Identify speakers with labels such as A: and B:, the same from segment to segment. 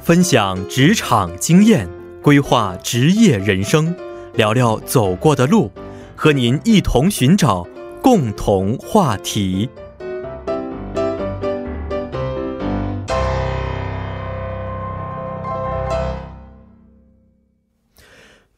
A: 分享职场经验，规划职业人生，聊聊走过的路，和您一同寻找共同话题。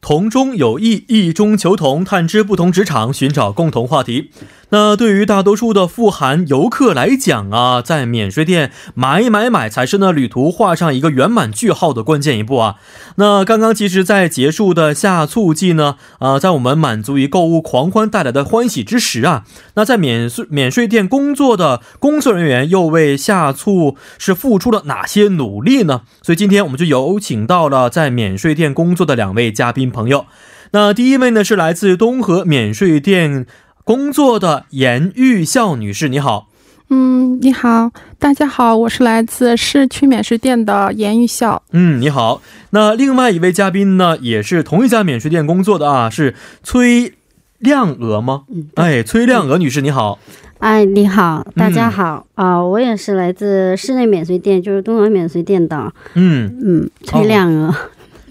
A: 同中有异，异中求同，探知不同职场，寻找共同话题。那对于大多数的富含游客来讲啊，在免税店买买买才是呢旅途画上一个圆满句号的关键一步啊。那刚刚其实，在结束的夏促季呢，啊，在我们满足于购物狂欢带来的欢喜之时啊，那在免税免税店工作的工作人员又为夏促是付出了哪些努力呢？所以今天我们就有请到了在免税店工作的两位嘉宾朋友。那第一位呢是来自东河免税店工作的严玉笑女士，你好。
B: 嗯，你好，大家好，我是来自市区免税店的严玉笑。
A: 嗯，你好。那另外一位嘉宾呢，也是同一家免税店工作的啊，是崔亮娥吗？
C: 嗯
A: 哎，崔亮娥女士，你好。
C: 哎，你好，大家
A: 嗯
C: 好啊、我也是来自室内免税店，就是东阳免税店的，
A: 嗯，
C: 嗯，崔亮娥，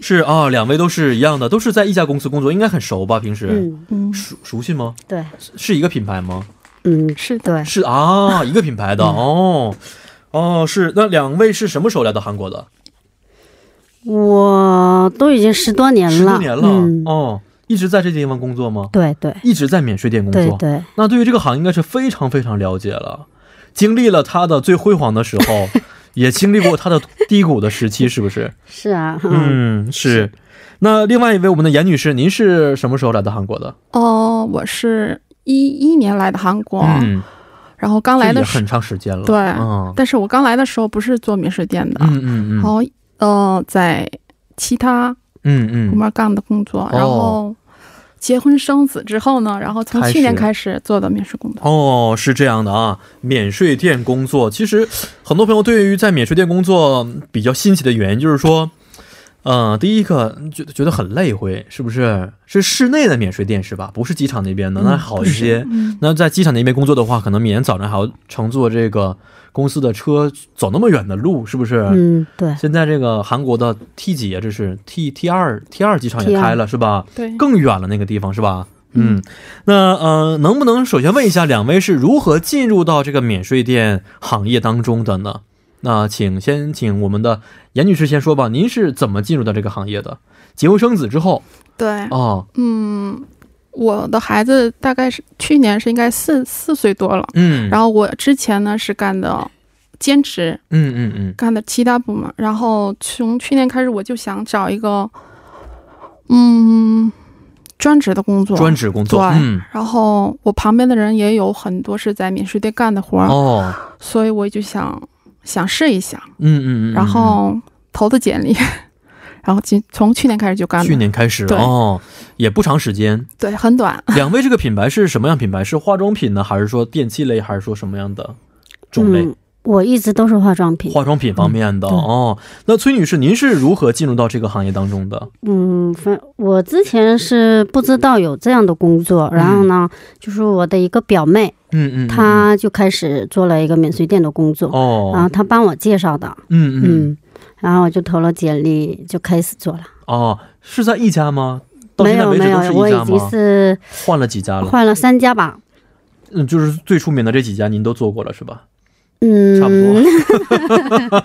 A: 是啊，两位都是一样的，都是在一家公司工作，应该很熟吧？平时、
C: 嗯，
B: 嗯，
A: 熟熟悉吗？
C: 对，
A: 是是一个品牌吗？
C: 嗯，
B: 是的，
C: 对，嗯
A: 是啊，一个品牌的哦。哦，是那两位是什么时候来到韩国的？
C: 我都已经十多年了，
A: 十多年了、
C: 嗯，
A: 哦，一直在这地方工作吗？
C: 对对
A: 一直在免税店工作。
C: 对对，
A: 那对于这个行业应该是非常非常了解了，经历了它的最辉煌的时候，也经历过它的低谷的时期，是不是？
C: 是啊，嗯，
A: 嗯，是。那另外一位我们的严女士，您是什么时候来到韩国的？
B: 哦，我是一一年来的韩国，
A: 嗯，
B: 然后刚来
A: 这
B: 的
A: 也
B: 时
A: 很长时间了。
B: 对
A: 嗯
B: 但是我刚来的时候不是做免税店的，
A: 嗯嗯
B: 然
A: 嗯
B: 后呃，在其他
A: 嗯
B: 部
A: 嗯，
B: 门干的工作，然后结婚生子之后呢，然后从
A: 开始
B: 去年开始做的免税工作。
A: 哦，是这样的啊。免税店工作，其实很多朋友对于在免税店工作比较新奇的原因，就是说。嗯，第一个觉得觉得很累会，是不是？是室内的免税店是吧？不是机场那边的，那还好一些。
B: 嗯，
A: 那在机场那边工作的话，可能每天早上还要乘坐这个公司的车走那么远的路，是不是？
C: 嗯，对，
A: 现在这个韩国的 T 几啊，这是 T T 二 T 二机场也
C: T2
A: 开了，是吧？
B: 对，
A: 更远了那个地方是吧？嗯，那呃，能不能首先问一下两位是如何进入到这个免税店行业当中的呢？那请先请我们的严女士先说吧，您是怎么进入到这个行业的？结婚生子之后
B: 对，
A: 哦，
B: 嗯，我的孩子大概是去年是应该四四岁多了。
A: 嗯，
B: 然
A: 后
B: 后我之前呢是干的兼职，
A: 嗯嗯嗯
B: 干的其他部门。然后从去年开始，我就想找一个，嗯，专职的工作。
A: 专。职工作，
B: 对
A: 嗯，
B: 然后我旁边的人也有很多是在免税店干的活儿，
A: 哦，
B: 所以我就想想试一下，
A: 嗯嗯嗯，
B: 然后投的简历， 然后今从去年开始就干
A: 嗯
B: 了，
A: 去年开始
B: 对
A: 哦，也不长时 间。
B: 对很短，
A: 两位这个品牌是什么样品牌？是化妆品呢，还是说电器类，还是说什么样的种类？
C: 嗯，我一直都是化妆品，
A: 化妆品方面的、
C: 嗯对
A: 哦。那崔女士，您是如何进入到这个行业当中的？
C: 嗯，反我之前是不知道有这样的工作，然后呢，就是我的一个表妹，
A: 嗯嗯，
C: 她就开始做了一个免税店的工作，然后
A: 哦，
C: 她帮我介绍的，
A: 嗯嗯
C: 嗯，然后我就投了简历，就开始做了。
A: 哦，是在一家吗？到
C: 没
A: 现在
C: 有
A: 为
C: 没
A: 止
C: 有
A: 都，是
C: 我
A: 一
C: 已
A: 家
C: 经
A: 吗？
C: 是
A: 换了几家了？
C: 换了三家吧。
A: 嗯，就是最出名的这几家您都做过了是 吧？
C: 嗯，
A: 差不多。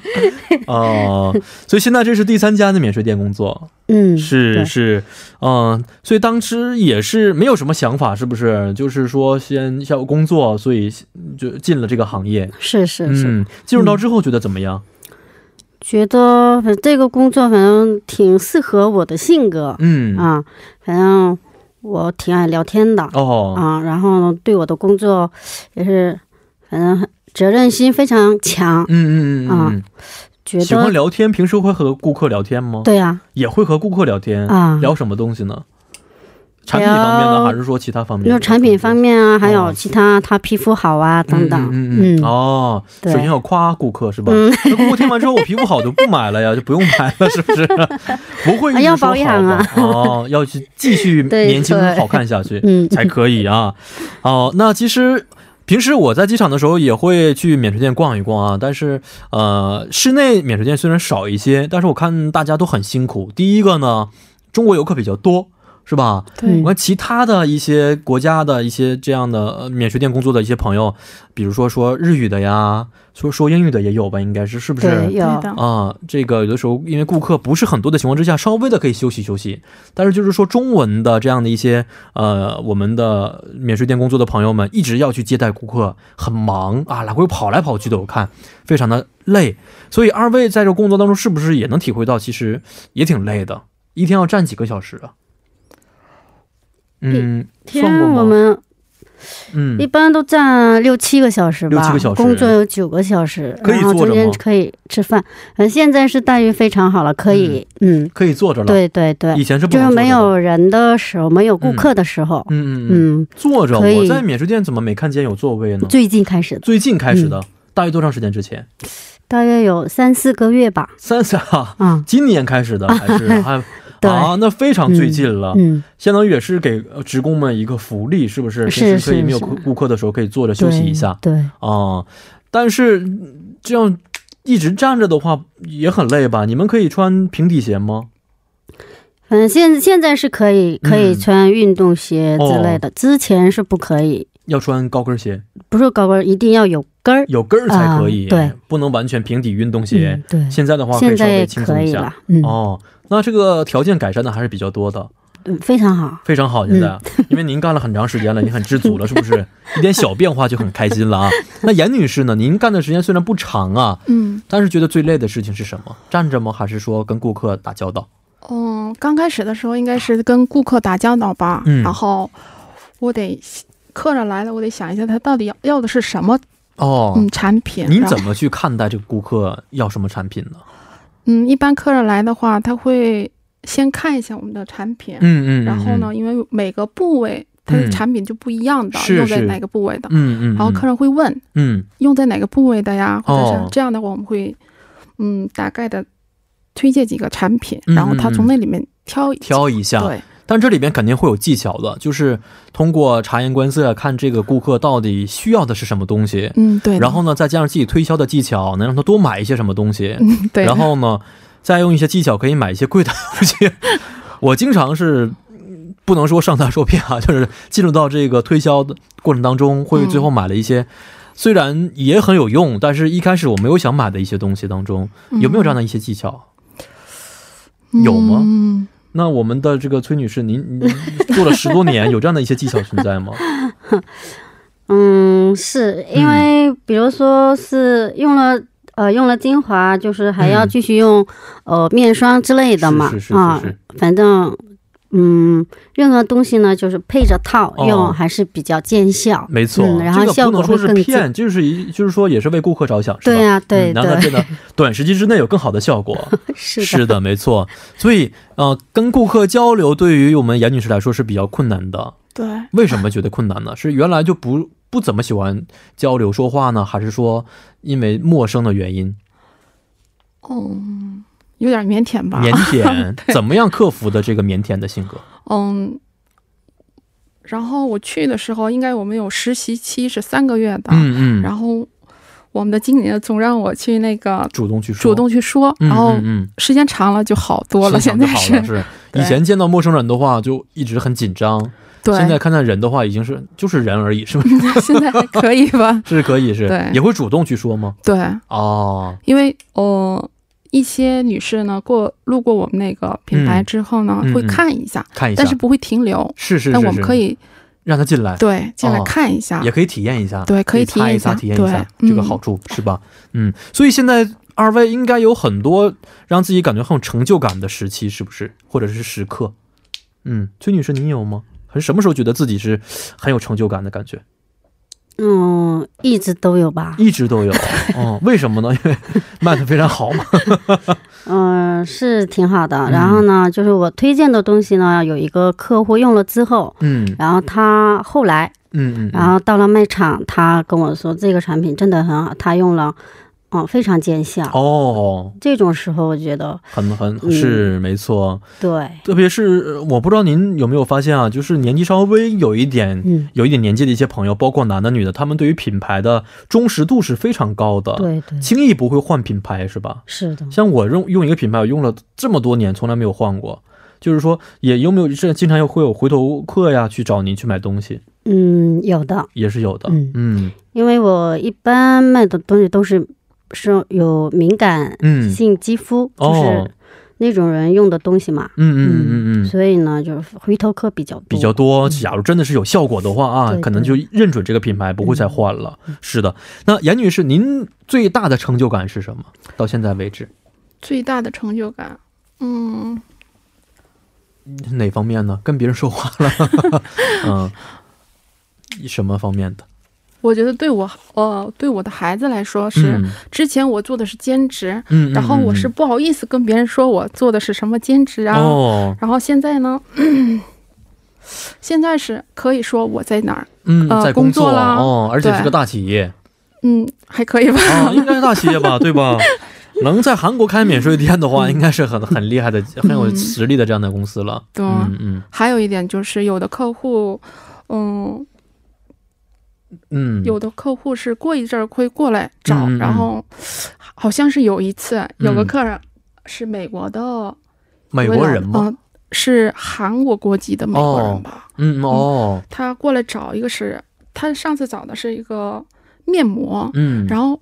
A: 哦，所以现在这是第三家的免税店工作，
C: 嗯，
A: 是
C: 对
A: 是，嗯，所以当时也是没有什么想法，是不是？就是说先要工作，所以就进了这个行业。
C: 是是是，
A: 嗯，进入到之后觉得怎么样？
C: 觉得反这个工作反正挺适合我的性格、
A: 嗯，
C: 啊，反正我挺爱聊天的、
A: 哦，
C: 啊，然后对我的工作也是，反正很责任心非常强，
A: 嗯嗯嗯嗯
C: 啊
A: 嗯。
C: 觉
A: 喜欢
C: 得
A: 聊天，平时会和顾客聊天吗？
C: 对呀
A: 也会和顾客聊天，
C: 啊，
A: 嗯聊什么东西呢？产品方面呢，
C: 聊
A: 还是说其他方面？
C: 有产品方面啊，还
A: 哦
C: 有其他他皮肤好啊等等，
A: 嗯嗯嗯。哦，首
C: 对
A: 先要夸顾客是吧？
C: 嗯
A: 那顾客听完之后，我皮肤好就不买了呀， 就不用买了，是不 是？不会一直说好吧
C: 啊要保养啊
A: 哦，要去继续
C: 对
A: 年轻
C: 对
A: 好看下去
C: 嗯
A: 才可以啊。哦，那其实。平时我在机场的时候也会去免税店逛一逛啊，但是呃，室内免税店虽然少一些，但是我看大家都很辛苦。第一个呢，中国游客比较多，是吧？
B: 对
A: 我，看其他的一些国家的一些这样的呃免税店工作的一些朋友，比如说说日语的呀，说说英语的也有吧，应该是是不
C: 对，
A: 是？
C: 有
B: 对，哦的，
A: 啊，这个有的时候因为顾客不是很多的情况之下，稍微的可以休息休息。但是就是说中文的这样的一些呃，我们的免税店工作的朋友们一直要去接待顾客，很忙啊，来回跑来跑去的，我看非常的累。所以二位在这工作当中是不是也能体会到，其实也挺累的，一天要站几个小时啊？嗯，算过
C: 天，
A: 吗
C: 我们
A: 嗯
C: 一，般都站六七个小时吧，
A: 六七个小时
C: 工作有九个小时，
A: 可以
C: 然后
A: 坐着
C: 中间
A: 吗
C: 可以吃饭。嗯，现在是待遇非常好了，可以，嗯，
A: 可以坐着了。，
C: 对对对
A: 以，前是不
C: 就
A: 能坐
C: 是
A: 着
C: 没
A: 的
C: 有人的时候，没有顾
A: 嗯
C: 客的时候，
A: 嗯嗯嗯，
C: 嗯，
A: 坐着。
C: 可以
A: 我在免税店怎么没看见有座位呢？
C: 最近开始的，
A: 最近开
C: 嗯
A: 始的，大约多长时间之前？
C: 大约有三四个月吧，
A: 三三啊，
C: 啊，
A: 今年开始 的还是还
C: 对
A: 啊？那非常最近了，
C: 嗯，
A: 相当于也是给呃职工们一个福利，是不是？
C: 是
A: 平时可以
C: 是
A: 没有
C: 是
A: 顾顾客的时候可以坐着休息一下
C: 对，对
A: 啊。但是嗯这样一直站着的话也很累吧？你们可以穿平底鞋吗？
C: 反正呃现现在是可以可以
A: 嗯哦
C: 穿运动鞋之类的，之前是不可以，
A: 要穿高跟鞋，
C: 不是高跟儿一定要有跟儿，
A: 有跟儿才可以，
C: 啊对，
A: 不能完全平底运动鞋。
C: 嗯，对，
A: 现在的话可以
C: 现
A: 稍
C: 在
A: 微
C: 也
A: 轻
C: 可
A: 松一
C: 以
A: 下
C: 了。，嗯，
A: 哦，那这个条件改善的还是比较多的，
C: 嗯非常好，
A: 非常好。现在， 因为您干了很长时间了，已经很知足了，是不 是？一点小变化就很开心了 啊。那严女士呢？您干的时间虽然不长啊，
B: 嗯
A: 但是觉得最累的事情是什么？站着吗？还是说跟顾客打交道？
B: 嗯，刚开始的时候应该是跟顾客打交道吧，
A: 嗯
B: 然后我得客人来了，我得想一下他到底要要的是什么
A: 哦，
B: 嗯产品，
A: 您
B: 然后
A: 怎么去看待这个顾客要什么产品呢？
B: 嗯，一般客人来的话，他会先看一下我们的产品，
A: 嗯嗯，嗯
B: 然后呢，？因为每个部位它
A: 嗯
B: 的产品就不一样的，
A: 是
B: 用在
A: 是
B: 哪个部位的，
A: 嗯嗯，
B: 然后客
A: 人，
B: 人会问
A: 嗯
B: 用在哪个部位的呀，或者
A: 哦
B: 是这样的话，我们会嗯大概的推荐几个产品，
A: 嗯
B: 然后他
A: 嗯
B: 从
A: 嗯
B: 那里面挑一
A: 挑一下，
B: 对，
A: 但这里边肯定会有技巧的，就是通过察言观色，看这个顾客到底需要的是什么东西。
B: 嗯对的，
A: 然后呢，再加上自己推销的技巧，能让他多买一些什么东西。
B: 嗯对的，
A: 然后呢，再用一些技巧可以买一些贵的东西。 我经常是嗯不能说上当受骗啊，就是进入到这个推销的过程当中，会
B: 嗯
A: 最后买了一些、虽然也很有用，但是一开始我没有想买的一些东西当中，有没有这样的一些技巧？
B: 嗯
A: 有吗
B: 嗯，
A: 那我们的这个崔女士，您您做了十多年，有这样的一些技巧存在吗？
C: 嗯，是因为比如说是用了。呃，用了精华，就是还要
A: 嗯
C: 继续用、呃面霜之类的嘛
A: 是是是
C: 啊
A: 是是，
C: 反正嗯，任何东西呢，就是配着套
A: 哦
C: 用还是比较见效。
A: 没错，
C: 嗯然后
A: 这个
C: 效
A: 不
C: 果
A: 能说
C: 会
A: 是
C: 更
A: 骗，就是一就是说也是为顾客着想，是吧？
C: 对呀、对
A: 嗯让它
C: 对，
A: 变得短时间之内有更好的效果。
C: 是的，
A: 的，没错。所以，呃，跟顾客交流对于我们严女士来说是比较困难的。
B: 对，
A: 为什么觉得困难呢？是原来就不不怎么喜欢交流说话呢，还是说因为陌生的原因
B: 嗯，有点腼腆吧，
A: 腼 腆？怎么样克服的这个腼腆的性格？
B: 嗯。然后我去的时候，应该我们有实习期是三个月的，
A: 嗯嗯，
B: 然后我们的经理呢总让我去那个
A: 主动去说，
B: 主动去说，
A: 嗯，
B: 然后
A: 嗯嗯，
B: 时间长了就好多了。
A: 心想
B: 现在
A: 就好
B: 是
A: 了是。
B: 对
A: 以前见到陌生人的话，就一直很紧张。
B: 对，
A: 现在看看人的话，已经是就是人而已，是不是？？
B: 现在还可以吧
A: 是可以是
B: 对，
A: 也会主动去说吗？
B: 对，
A: 哦，
B: 因为呃，一些女士呢过路过我们那个品牌
A: 嗯
B: 之后呢，
A: 嗯
B: 会
A: 嗯
B: 看一下，
A: 看一下，
B: 但是不会停留。
A: 是是是，
B: 但我们
A: 是
B: 可以
A: 让他进来，
B: 对进来
A: 哦
B: 看一下，
A: 也可以体验一下，
B: 对可以体
A: 擦
B: 验
A: 一
B: 一下
A: 擦，体验一下，
B: 对嗯
A: 这个好处、是吧？嗯，所以现在二位应该有很多让自己感觉很有成就感的时期，是不是？或者是时刻？嗯，崔女士，您有吗？很什么时候觉得自己是很有成就感的感觉？
C: 嗯，一直都有吧。
A: 一直都 有，哦，为什么呢？因为卖的非常好嘛。
C: 嗯、是挺好
A: 嗯
C: 的。然后呢，就是我推荐的东西呢，有一个客户用了之后，
A: 嗯
C: 然后他后来，
A: 嗯嗯，
B: 啊
C: 然后到了卖场，他跟我说这个产品真的很好，他用了。嗯，非常见效。
A: 哦，
C: 这种时候，我觉得
A: 很很
C: 嗯
A: 是没错，
C: 对，
A: 特别是呃我不知道您有没有发现啊，就是年纪稍微有一点。
C: 嗯，
A: 有一点年纪的一些朋友，包括男的女的，他们对于品牌的忠实度是非常高的，，
C: 对对，
A: 轻易不会换品牌，是吧？
C: 是的，
A: 像我用用一个品牌，我用了这么多年，从来没有换过。就是说，也有没有这经常会有回头客呀去找您去买东西，
C: 嗯，有的，
A: 也是有的。
C: 嗯
A: 嗯
C: 因为我一般卖的东西都是是有敏感
A: 嗯
C: 性肌肤，
A: 哦
C: 就是那种人用的东西嘛，
A: 嗯嗯嗯嗯，
C: 所以呢，就是回头客比较多，
A: 比较多。假如真的是有效果的话啊，
C: 对嗯
A: 可能就认准这个品牌，不会再换了。是的。那严女士，您最大的成就感是什么？到现在为止，
B: 最大的成就感，嗯，
A: 哪方面呢？跟别人说话了？ 嗯，什么方面的？
B: 我觉得对我呃对我的孩子来说是，
A: 嗯
B: 之前我做的是兼职，
A: 嗯，嗯
B: 然后我是
A: 嗯
B: 不好意思跟别人说我做的是什么兼职
A: 嗯
B: 啊，
A: 哦，
B: 然后现在呢。 现在是可以说我在哪儿，
A: 嗯，
B: 呃
A: 在
B: 工作啦
A: 哦，而且是
B: 对
A: 个大企 业。
B: 嗯，还可以吧。
A: 啊，应该是大企业吧，对吧？能在韩国开免税店的
B: 嗯
A: 话，应该是很很厉害 的、很有实力的这样的公司了。
B: 对，
A: 嗯嗯
B: 还有一点就是，有的客户，嗯，
A: 嗯，
B: 有的客户是过一阵儿会过来找，
A: 嗯嗯嗯
B: 然后好像是有一次有个
A: 嗯
B: 客人是美国的
A: 美国人吗？
B: 嗯、是韩国国籍的美国人吧？
A: 嗯哦，
B: 他过来找一个是，他上次找的是一个面膜，
A: 嗯，
B: 然后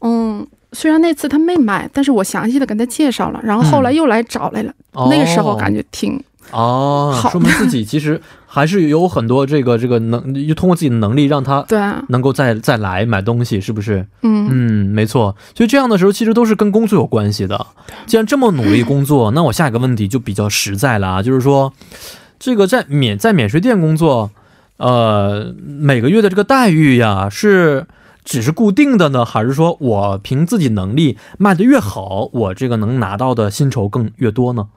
B: 嗯，虽然那次他没买，但是我详细的跟他介绍了，然后后来
A: 嗯
B: 又来找来了，
A: 后
B: 那个时候感觉挺
A: 哦，
B: 好
A: 说明自己其实还是有很多这个这个能，通过自己的能力让他
B: 对，啊
A: 能够再再来买东西，是不是？
B: 嗯，
A: 嗯，没错。所以这样的时候，其实都是跟工作有关系的。既然这么努力工作， 那我下一个问题就比较实在了啊，就是说，这个在免在免税店工作，呃，每个月的这个待遇呀，是只是固定的呢，还是说我凭自己能力卖的越好，我这个能拿到的薪酬更越多呢？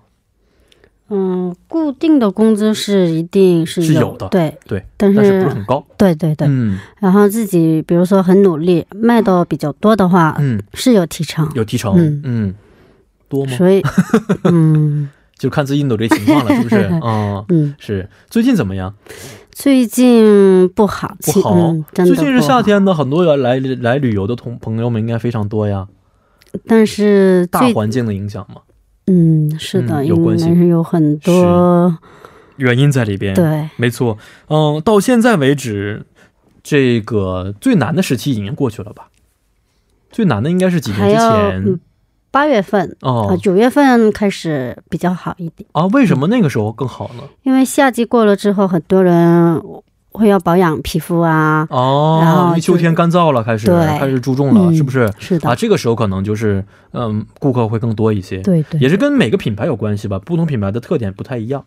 C: 嗯，固定的工资是一定是
A: 是
C: 有
A: 有的
C: 对
A: 对，
C: 但
A: 但是不
C: 是
A: 是很高？
C: 对对对、
A: 嗯
C: 然后自己比如说很努力，卖的比较多的话，
A: 嗯，
C: 是有提成，
A: 有提成，嗯
C: 嗯
A: 多吗？
C: 所 以，嗯
A: 就看自己努力情况了，是不 是？嗯，
C: 嗯，
A: 是。最近怎么样？
C: 最近不好，
A: 不
C: 其
A: 好
C: 嗯，真的
A: 最近是
C: 不好
A: 夏，天的，很多人来来旅游的同朋友们应该非常多呀。
C: 但是
A: 大
C: 最
A: 环境的影响嘛，
C: 嗯是的，
A: 嗯有
C: 应
A: 关系
C: 该是有很多
A: 原因在里边。，
C: 对，
A: 没错。嗯，到现在为止，这个最难的时期已经过去了吧？最难的应该是几年
C: 还
A: 之
C: 要
A: 前
C: 嗯八月份啊
A: 哦
C: 九月份开始比较好一点，
A: 啊？为什么那个时候更好呢？
C: 因为夏季过了之后，很多人会要保养皮肤啊，然
A: 哦
C: 后，
A: 因为秋
C: 就
A: 天干燥了，开始
C: 对
A: 开始注重了，
C: 嗯
A: 是不是？
C: 是的，
A: 啊，这个时候可能就是嗯，顾客会更多一些，
C: 对对，
A: 也是跟每个品牌有关系吧，不同品牌的特点不太一样，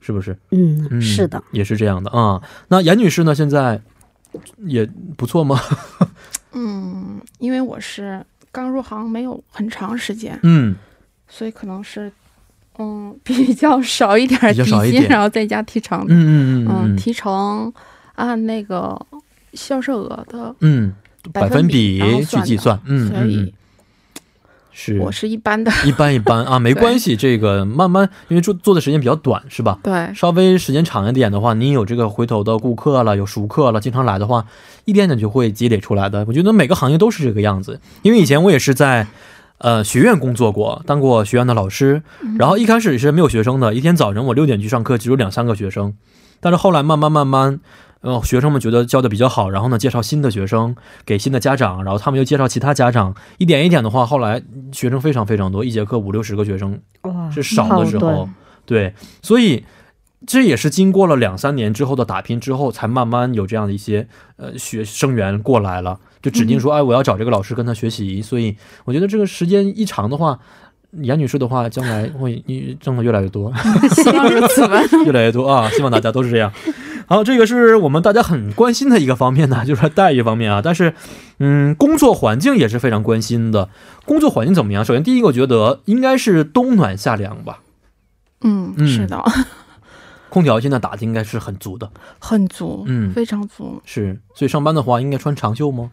A: 是不是？
C: 嗯
A: 嗯，
C: 是的，，
A: 也是这样的啊、那严女士呢，现在也不错吗？
B: 嗯，因为我是刚入行没有很长时间，
A: 嗯，
B: 所以可能是嗯 比较少一点儿
A: 比较
B: 底
A: 少一
B: 薪，
A: 点
B: 然后再加提成，
A: 嗯嗯
B: 嗯，
A: 嗯
B: 提成按那个销售额的，
A: 嗯嗯，百分
B: 百分比然后
A: 去
B: 算的
A: 计算，嗯嗯
B: 所
A: 嗯
B: 以，
A: 是
B: 我是一般的，
A: 一般一般啊，没关系，这个慢慢，因为做做的时间比较短，是吧？
B: 对，
A: 稍微时间长一点的话，你有这个回头的顾客了，有熟客了，经常来的话，一点点就会积累出来的。我觉得每个行业都是这个样子，因为以前我也是在。呃，学院工作过，当过学院的老师，
B: 嗯
A: 然后一开始是没有学生的，一天早晨我六点去上课，只有两三个学生，但是后来慢慢慢慢，呃，学生们觉得教的比较好，然后呢，介绍新的学生给新的家长，然后他们又介绍其他家长，一点一点的话，后来学生非常非常多，一节课五六十个学生
C: 哇
A: 是少的时
C: 好
A: 候
C: 多，
A: 对，所以这也是经过了两三年之后的打拼之后，才慢慢有这样的一些呃学生源过来了，就指定说，哎，我要找这个老师跟他学习。所以我觉得这个时间一长的话，严女士的话，将来会你挣的越来越多，
B: 希望如此吧。
A: 越来越多啊！希望大家都是这样。 好，这个是我们大家很关心的一个方面呢，就是待遇方面啊。但是，嗯，工作环境也是非常关心的。工作环境怎么样？首先，第一个我觉得应该是冬暖夏凉吧。
B: 嗯，
A: 嗯
B: 是的，
A: 空调现在打的应该是很足的，
B: 很足，
A: 嗯
B: 非常足。
A: 是，所以上班的话应该穿长袖吗？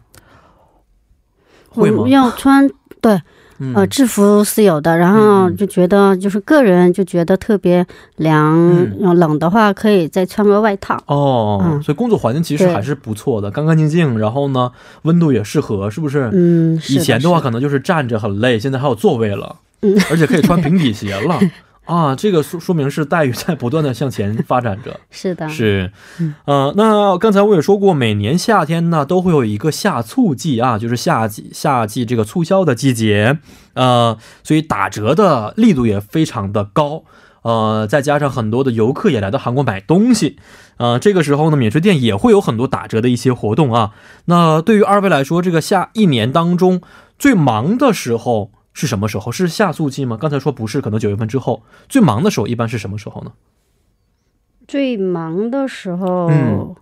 A: 会吗
C: 我们要穿对
A: 嗯
C: 呃制服是有的，然后
A: 嗯
C: 就觉得就是个人就觉得特别凉，
A: 嗯
C: 然后冷的话可以再穿个外套。
A: 哦、
C: 嗯
A: 所以工作环境其实
C: 对
A: 还是不错的，干干净净，然后呢，温度也适合，是不是？
C: 嗯，是
A: 以前的话
C: 是
A: 可能就是站着很累，现在还有座位了，
C: 嗯
A: 而且可以穿平底鞋 了啊！这个说说明是待遇在不断的向前发展着。
C: 是的，
A: 是
C: 嗯，
A: 呃，那刚才我也说过，每年夏天呢都会有一个夏促季啊，就是夏季夏季这个促销的季节，呃，所以打折的力度也非常的高。呃，再加上很多的游客也来到韩国买东西，呃，这个时候呢，免税店也会有很多打折的一些活动啊。那对于二位来说，这个夏一年当中最忙的时候是什么时候？是夏促季吗？刚才说不是，可能九月份之后最忙的时候一般是什么时候呢？
C: 最忙的时候、
A: 嗯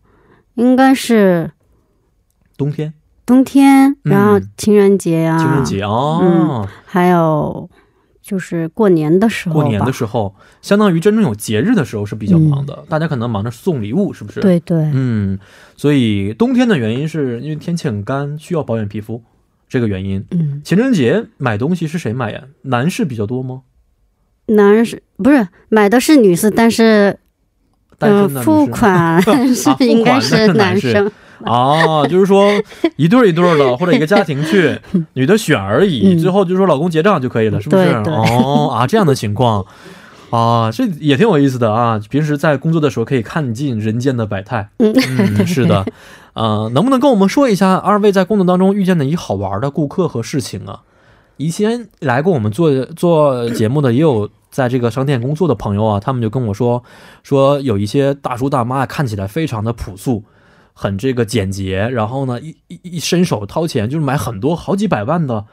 C: 应该是
A: 冬天。
C: 冬天，
A: 嗯
C: 然后情人节呀、
A: 情人节哦，
C: 还有就是过年的时候吧，
A: 过年的时候，相当于真正有节日的时候是比较忙的，大家可能忙着送礼物，是不是？，
C: 嗯对对，
A: 嗯，所以冬天的原因是因为天气很干，需要保养皮肤，这个原因。
C: 嗯，
A: 情人节买东西是谁买呀？男士比较多吗？
C: 男人是不是买的是女士，但是
A: 单
C: 嗯、
A: 身的女
C: 呃
A: 士
C: 付款是
A: 啊付款
C: 应该
A: 的是
C: 是
A: 男
C: 男
A: 士
C: 生，
A: 啊，就是说一对儿一对儿的，或者一个家庭 去，女的选而已，
C: 嗯
A: 最后就说老公结账就可以了，是不是？
C: 对对
A: 哦啊，这样的情况。啊，这也挺有意思的啊！平时在工作的时候可以看尽人间的百态。
C: 嗯
A: 嗯，是的，呃，能不能跟我们说一下二位在工作当中遇见的一好玩的顾客和事情啊？以前来过我们做做节目的，也有在这个商店工作的朋友啊，他们就跟我说，说有一些大叔大妈看起来非常的朴素，很这个简洁，然后呢，一一一伸手掏钱就是买很多好几百万的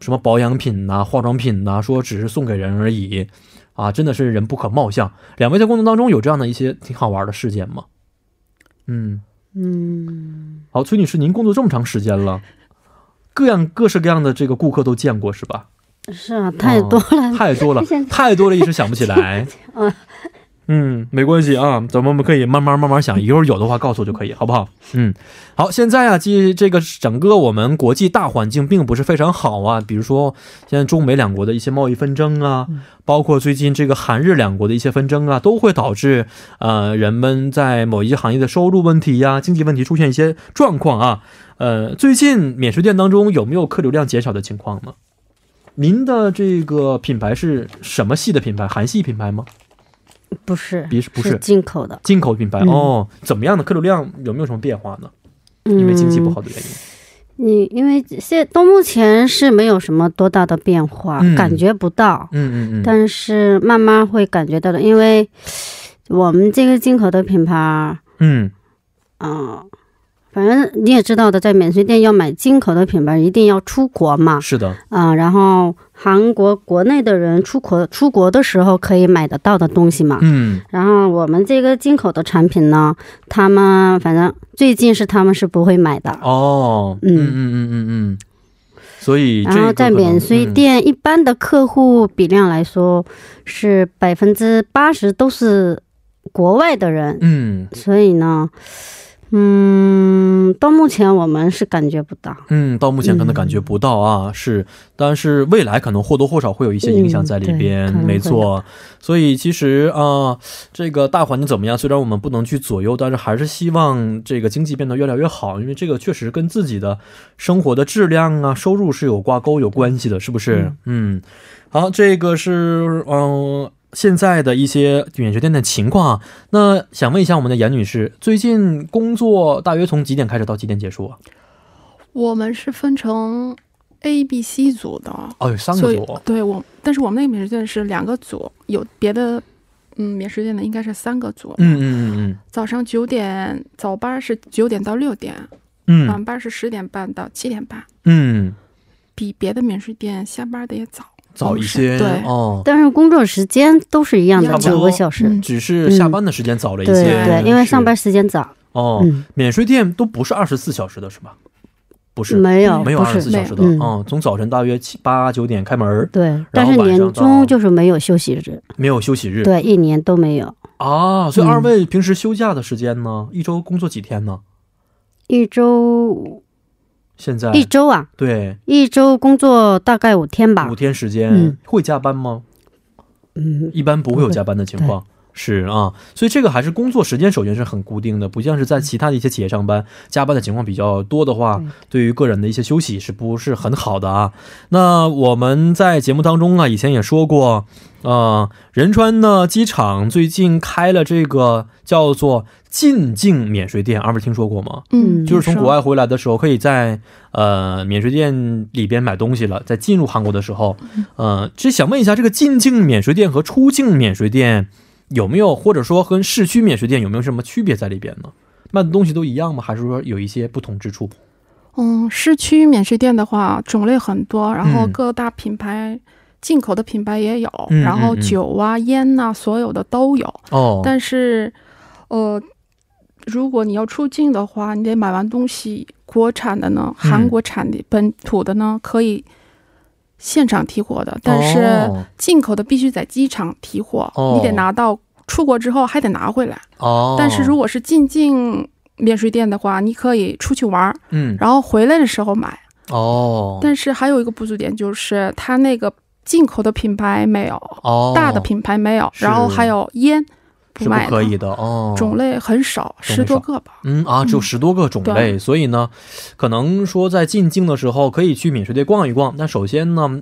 A: 什么保养品呐、化妆品呐、说只是送给人而已，啊，真的是人不可貌相。两位在工作当中有这样的一些挺好玩的事件吗？嗯，
C: 嗯，
A: 好，崔女士，您工作这么长时间了，各样各式各样的这个顾客都见过是吧？
C: 是
A: 哦
C: 啊，太多了，
A: 太多了，太多了，一时想不起来。嗯，没关系啊，咱们可以慢慢慢慢想，一会儿有的话告诉我就可以，好不好？嗯，好，现在啊，即这个整个我们国际大环境并不是非常好啊，比如说现在中美两国的一些贸易纷争啊，包括最近这个韩日两国的一些纷争啊，都会导致呃人们在某一些行业的收入问题呀、经济问题出现一些状况啊。呃，最近免税店当中有没有客流量减少的情况呢？您的这个品牌是什么系的品牌？韩系品牌吗？
C: 不是
A: 不是不是
C: 是进口的，
A: 进口品牌、
C: 嗯
A: 哦？怎么样的客流量有没有什么变化呢？
C: 嗯，
A: 因为经济不好的原因。
C: 你因为现到目前是没有什么多大的变化，
A: 嗯
C: 感觉不到，
A: 嗯嗯嗯，
C: 但是慢慢会感觉到的，因为我们这个进口的品牌，
A: 嗯
C: 嗯、反正你也知道的，在免税店要买进口的品牌，一定要出国嘛，
A: 是的，
C: 啊、然后韩国国内的人出国出国的时候可以买得到的东西嘛。
A: 嗯
C: 然后我们这个进口的产品呢，他们反正最近是他们是不会买的，
A: 哦，嗯
C: 嗯
A: 嗯嗯嗯嗯，所以这
C: 然后
A: 个
C: 在
A: 可能嗯
C: 免税、店，一般的客户比量来说
A: 嗯
C: 是百分之八十都是国外的人，
A: 嗯
C: 所以呢，嗯，到目前我们是感觉不到。
A: 嗯嗯，到目前可能感觉不到啊，是，但是未来可能或多或少会有一些影响在里边，
C: 嗯对可能会
A: 没错。所以其实啊、这个大环境怎么样，虽然我们不能去左右，但是还是希望这个经济变得越来越好，因为这个确实跟自己的生活的质量啊、收入是有挂钩、有关系的，是不是？嗯，好，这个是嗯、呃现在的一些免税店的情况啊。那想问一下我们的严女士，最近工作大约从几点开始到几点结束啊？
B: 我们是分成 A、B、C 组的，
A: 哦，有三
B: 所
A: 个
B: 以
A: 组。
B: 对我，但是我们那个免税店是两个组，有别的嗯免税店的应该是三个组。
A: 嗯嗯
B: 早上九点早班是九点到六点，
A: 嗯嗯
B: 晚班是十点半到七点半，
A: 嗯，
B: 比别的免税店下班的也早。
A: 早一些
B: 嗯是对
A: 哦，
C: 但是工作时间都是一样
B: 差
C: 的，
B: 不多
C: 九个小时。
B: 嗯
A: 只是下班的时间早了一
C: 嗯对
A: 些。
C: 对，因为上班
A: 是
C: 时间早，
A: 哦，
C: 嗯，
A: 免税店都不是二十四小时的是吧？不是，
C: 没有
A: 没有
C: 嗯不
A: 二十
C: 是
A: 四小时的
C: 没有嗯
A: 嗯，从早晨大约七八九点开门儿，
C: 对，
A: 然
C: 但
A: 后
C: 是
A: 晚上
C: 年
A: 到
C: 终就是没有休息日，
A: 没有休息日。
C: 对，一年都没有，
A: 啊，所以
C: 嗯
A: 二位平时休假的时间呢？一周工作几天呢？
C: 一周
A: 现在
C: 一周啊，
A: 对
C: 一周工作大概五天吧
A: 五。天时间、
C: 嗯
A: 会加班吗？
C: 嗯，
A: 一般不会有加班的情况。是啊，所以这个还是工作时间首先是很固定的，不像是在其他的一些企业上班，加班的情况比较多的话，对于个人的一些休息是不是很好的啊？那我们在节目当中啊，以前也说过，呃，仁川呢机场最近开了这个叫做进境免税店，二位听说过吗？
B: 嗯，
A: 就是从国
B: 外
A: 外回来的时候，可以在呃免税店里边买东西了。在进入韩国的时候，
B: 嗯
A: 呃，其实想问一下，这个进境免税店和出境免税店有没有，或者说跟市区免税店有没有什么区别在里边呢？卖的东西都一样吗？还是说有一些不同之处？
B: 嗯，市区免税店的话，种类很多，然后
A: 嗯
B: 各大品牌、进口的品牌也有，
A: 嗯
B: 然后
A: 嗯嗯
B: 酒啊、烟呐、所有的都有。
A: 哦，
B: 但是，呃，如果你要出境的话，你得买完东西，国产的呢，
A: 嗯
B: 韩国产的、本土的呢，可以现场提货的，但是
A: 哦
B: 进口的必须在机场提货，
A: 哦
B: 你得拿到出国之后还得拿回来。
A: 哦
B: 但是如果是进境免税店的话，你可以出去玩儿，
A: 嗯
B: 然后回来的时候买。
A: 哦，
B: 但是还有一个不足点就是它那个进口的品牌没有，
A: 哦
B: 大的品牌没有，
A: 是
B: 然后还有烟不
A: 是不
B: 卖的
A: 可以的哦，
B: 种类很少，
A: 种类
B: 十多
A: 少
B: 个吧。
A: 嗯啊，只有十多个种类，所以呢，可能说在进京的时候可以去免税店逛一逛。但首先呢，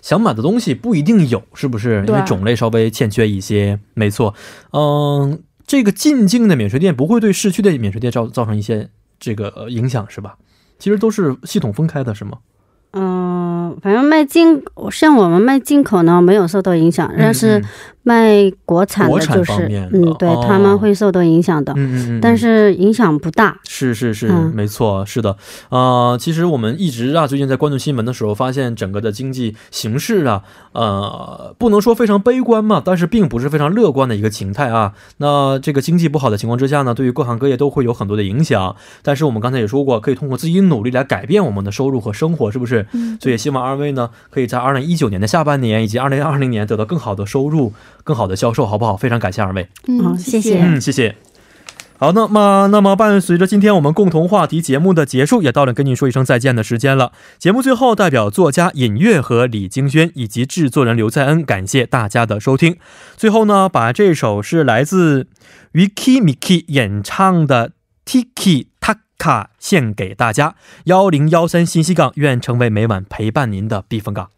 A: 想买的东西不一定有，是不是？因
B: 对
A: 为种类稍微欠缺一些。没错，嗯，这个进京的免税店不会对市区的免税店造造成一些这个呃影响，是吧？其实都是系统分开的，是吗？
C: 嗯、反正卖进像我们卖进口呢没有受到影响，但是
A: 嗯
C: 卖国产的就
A: 国产方
C: 是
A: 面
C: 嗯，对、
A: 哦
C: 他们会受到影响的，
A: 嗯嗯嗯，嗯
C: 但。是影响不大。
A: 是是是，
C: 嗯
A: 没错，是的，呃，其实我们一直啊，最近在关注新闻的时候，发现整个的经济形势啊，呃，不能说非常悲观嘛，但是并不是非常乐观的一个情态啊。那这个经济不好的情况之下呢，对于各行各业都会有很多的影响。但是我们刚才也说过，可以通过自己努力来改变我们的收入和生活，是不是？
B: 嗯，
A: 所以也希望二位呢，可以在二零一九年的下半年以及二零二零年得到更好的收入、更好的销售，好不好？非常感谢二位。
C: 好
B: 嗯，
C: 谢谢
A: 嗯，谢谢。好，那么那么伴随着今天我们共同话题节目的结束，也到了跟您说一声再见的时间了。节目最后，代表作家尹月和李京轩以及制作人刘在恩，感谢大家的收听。最后呢，把这首是来自 Vicky Miki 演唱的《Tiki Taka》献给大家。幺零幺三信息港，愿成为每晚陪伴您的避风港。